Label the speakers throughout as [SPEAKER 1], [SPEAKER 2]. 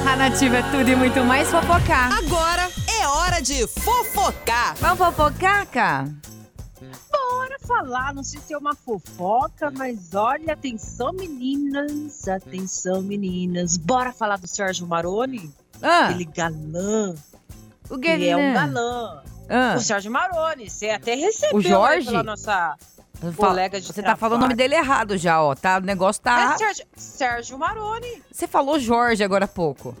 [SPEAKER 1] na Nativa é tudo e muito mais fofocar.
[SPEAKER 2] Agora é hora de fofocar.
[SPEAKER 1] Vamos fofocar, cá?
[SPEAKER 3] Bora falar, não sei se é uma fofoca, mas olha, atenção meninas, atenção meninas. Bora falar do Sérgio Maroni?
[SPEAKER 1] Ah,
[SPEAKER 3] Aquele galã.
[SPEAKER 1] o que
[SPEAKER 3] Ele é um galã.
[SPEAKER 1] Ah,
[SPEAKER 3] O Sérgio Maroni, você até recebeu
[SPEAKER 1] O Jorge?
[SPEAKER 3] aí pela nossa
[SPEAKER 1] fala-
[SPEAKER 3] colega de
[SPEAKER 1] Você tá falando o nome dele errado já, ó. Tá, o negócio tá.
[SPEAKER 3] É Sérgio, Sérgio Maroni.
[SPEAKER 1] Você falou Jorge agora há pouco.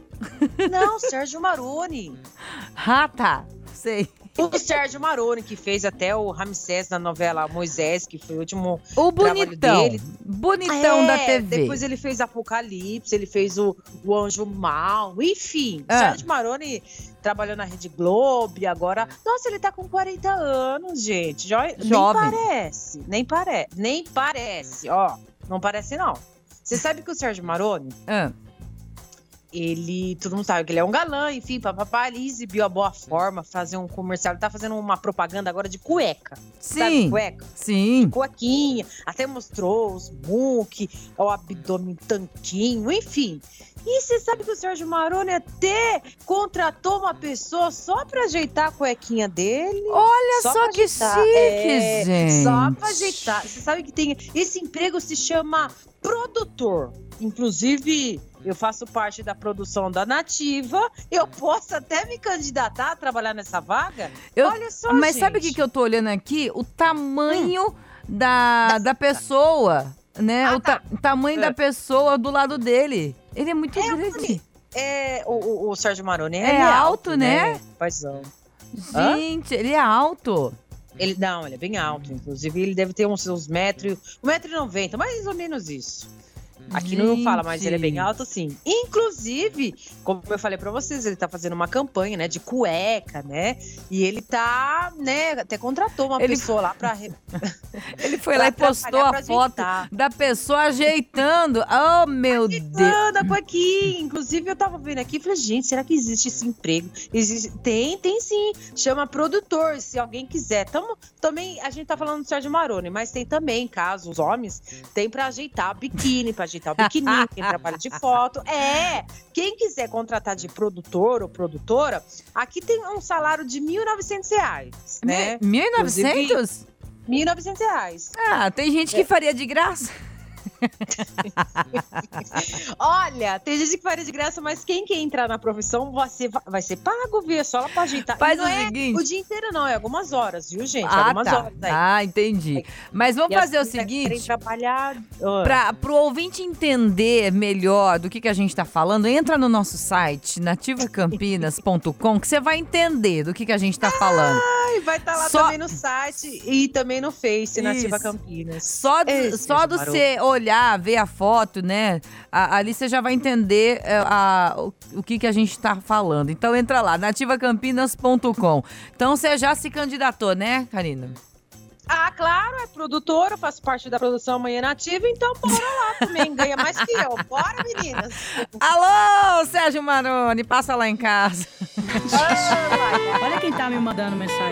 [SPEAKER 3] Não, Sérgio Maroni.
[SPEAKER 1] Ah, tá. Sei.
[SPEAKER 3] O Sérgio Maroni, que fez até o Ramsés na novela Moisés, que foi o último
[SPEAKER 1] O
[SPEAKER 3] trabalho
[SPEAKER 1] bonitão.
[SPEAKER 3] dele.
[SPEAKER 1] Bonitão
[SPEAKER 3] É,
[SPEAKER 1] Então, da TV.
[SPEAKER 3] Depois ele fez Apocalipse, ele fez o, o Anjo Mal, enfim.
[SPEAKER 1] Ah.
[SPEAKER 3] Sérgio Maroni trabalhou na Rede Globo e agora. Nossa, ele tá com 40 anos, gente. Jo-
[SPEAKER 1] Jovem.
[SPEAKER 3] Nem parece, nem parece, nem parece, ó. Não parece, não. Você sabe que o Sérgio Maroni,
[SPEAKER 1] Ah,
[SPEAKER 3] ele, todo mundo sabe que ele é um galã, enfim, papapá, ele exibiu a boa forma, fazer um comercial, ele tá fazendo uma propaganda agora de cueca, sabe
[SPEAKER 1] sim.
[SPEAKER 3] cueca?
[SPEAKER 1] Sim.
[SPEAKER 3] cuequinha, até mostrou os muque, o abdômen tanquinho, enfim. E você sabe que o Sérgio Maroni até contratou uma pessoa só pra ajeitar a cuequinha dele?
[SPEAKER 1] Olha só,
[SPEAKER 3] pra
[SPEAKER 1] que
[SPEAKER 3] ajeitar.
[SPEAKER 1] chique,
[SPEAKER 3] É,
[SPEAKER 1] gente.
[SPEAKER 3] Só pra ajeitar. Você sabe que tem. Esse emprego se chama produtor. Inclusive, eu faço parte da produção da Nativa. Eu posso até me candidatar a trabalhar nessa vaga?
[SPEAKER 1] Eu-
[SPEAKER 3] Olha só,
[SPEAKER 1] Mas
[SPEAKER 3] gente.
[SPEAKER 1] sabe o que, que eu tô olhando aqui? O tamanho Hum. da, da pessoa, né?
[SPEAKER 3] Ah,
[SPEAKER 1] o ta- tamanho da
[SPEAKER 3] É.
[SPEAKER 1] pessoa do lado dele. Ele é muito grande.
[SPEAKER 3] É, o, o- o Sérgio Maroni
[SPEAKER 1] É
[SPEAKER 3] ele
[SPEAKER 1] alto, né?
[SPEAKER 3] Paizão. Hã?
[SPEAKER 1] Gente, ele é alto.
[SPEAKER 3] Ele não, ele é bem alto. Inclusive, ele deve ter uns um seus metros, 1,90m, mais ou menos isso. Aqui não
[SPEAKER 1] Gente.
[SPEAKER 3] fala, mas ele é bem alto, sim. Inclusive, como eu falei pra vocês, ele tá fazendo uma campanha, né, de cueca, né? E ele tá, né, até contratou uma
[SPEAKER 1] Ele-
[SPEAKER 3] pessoa lá pra. Foi
[SPEAKER 1] Ele foi lá e postou a foto da pessoa ajeitando. Oh, meu Deus.
[SPEAKER 3] Anda com aqui. Inclusive, eu tava vendo aqui e falei, gente, será que existe esse emprego? Existe... Tem, tem sim. Chama produtor, se alguém quiser. Tamo... Também, a gente tá falando do Sérgio Maroni, mas tem também, caso os homens, tem pra ajeitar biquíni, pra ajeitar o biquíni, tem trabalho de foto. É! Quem quiser contratar de produtor ou produtora, aqui tem um salário de R$ 1.900, reais, né?
[SPEAKER 1] Mi- 1900?
[SPEAKER 3] R$ 1.900. reais.
[SPEAKER 1] Ah, tem gente que faria de graça.
[SPEAKER 3] Olha, tem gente que faria de graça, mas quem quer entrar na profissão vai ser, vai ser pago, viu? É só ela pra ajeitar.
[SPEAKER 1] Faz
[SPEAKER 3] E não
[SPEAKER 1] o
[SPEAKER 3] é
[SPEAKER 1] seguinte.
[SPEAKER 3] o dia inteiro, não, é algumas horas, viu, gente? É
[SPEAKER 1] ah,
[SPEAKER 3] algumas
[SPEAKER 1] tá.
[SPEAKER 3] horas aí.
[SPEAKER 1] Ah, entendi. Mas vamos
[SPEAKER 3] E as
[SPEAKER 1] fazer o
[SPEAKER 3] meninas querem
[SPEAKER 1] seguinte.
[SPEAKER 3] trabalhar. Ah,
[SPEAKER 1] Para o ouvinte entender melhor do que, que a gente está falando, entra no nosso site, nativacampinas.com, que você vai entender do que, que a gente está falando.
[SPEAKER 3] e vai estar lá
[SPEAKER 1] só-
[SPEAKER 3] também no site e também no Face, Nativa
[SPEAKER 1] Isso.
[SPEAKER 3] Campinas.
[SPEAKER 1] Só,
[SPEAKER 3] Ei,
[SPEAKER 1] de, só
[SPEAKER 3] Sérgio
[SPEAKER 1] do
[SPEAKER 3] Maroto.
[SPEAKER 1] você olhar, ver a foto, né? a- ali você já vai entender é, a- o, o que, que a gente está falando. Então entra lá, nativacampinas.com. Então você já se candidatou, né, Karina?
[SPEAKER 3] Ah, claro, é produtora, faço parte da produção Manhã Nativa, então bora lá também, ganha mais que eu. Bora, meninas!
[SPEAKER 1] Alô, Sérgio Maroni, passa lá em casa.
[SPEAKER 3] Ah, vai.
[SPEAKER 4] Olha quem tá me mandando mensagem.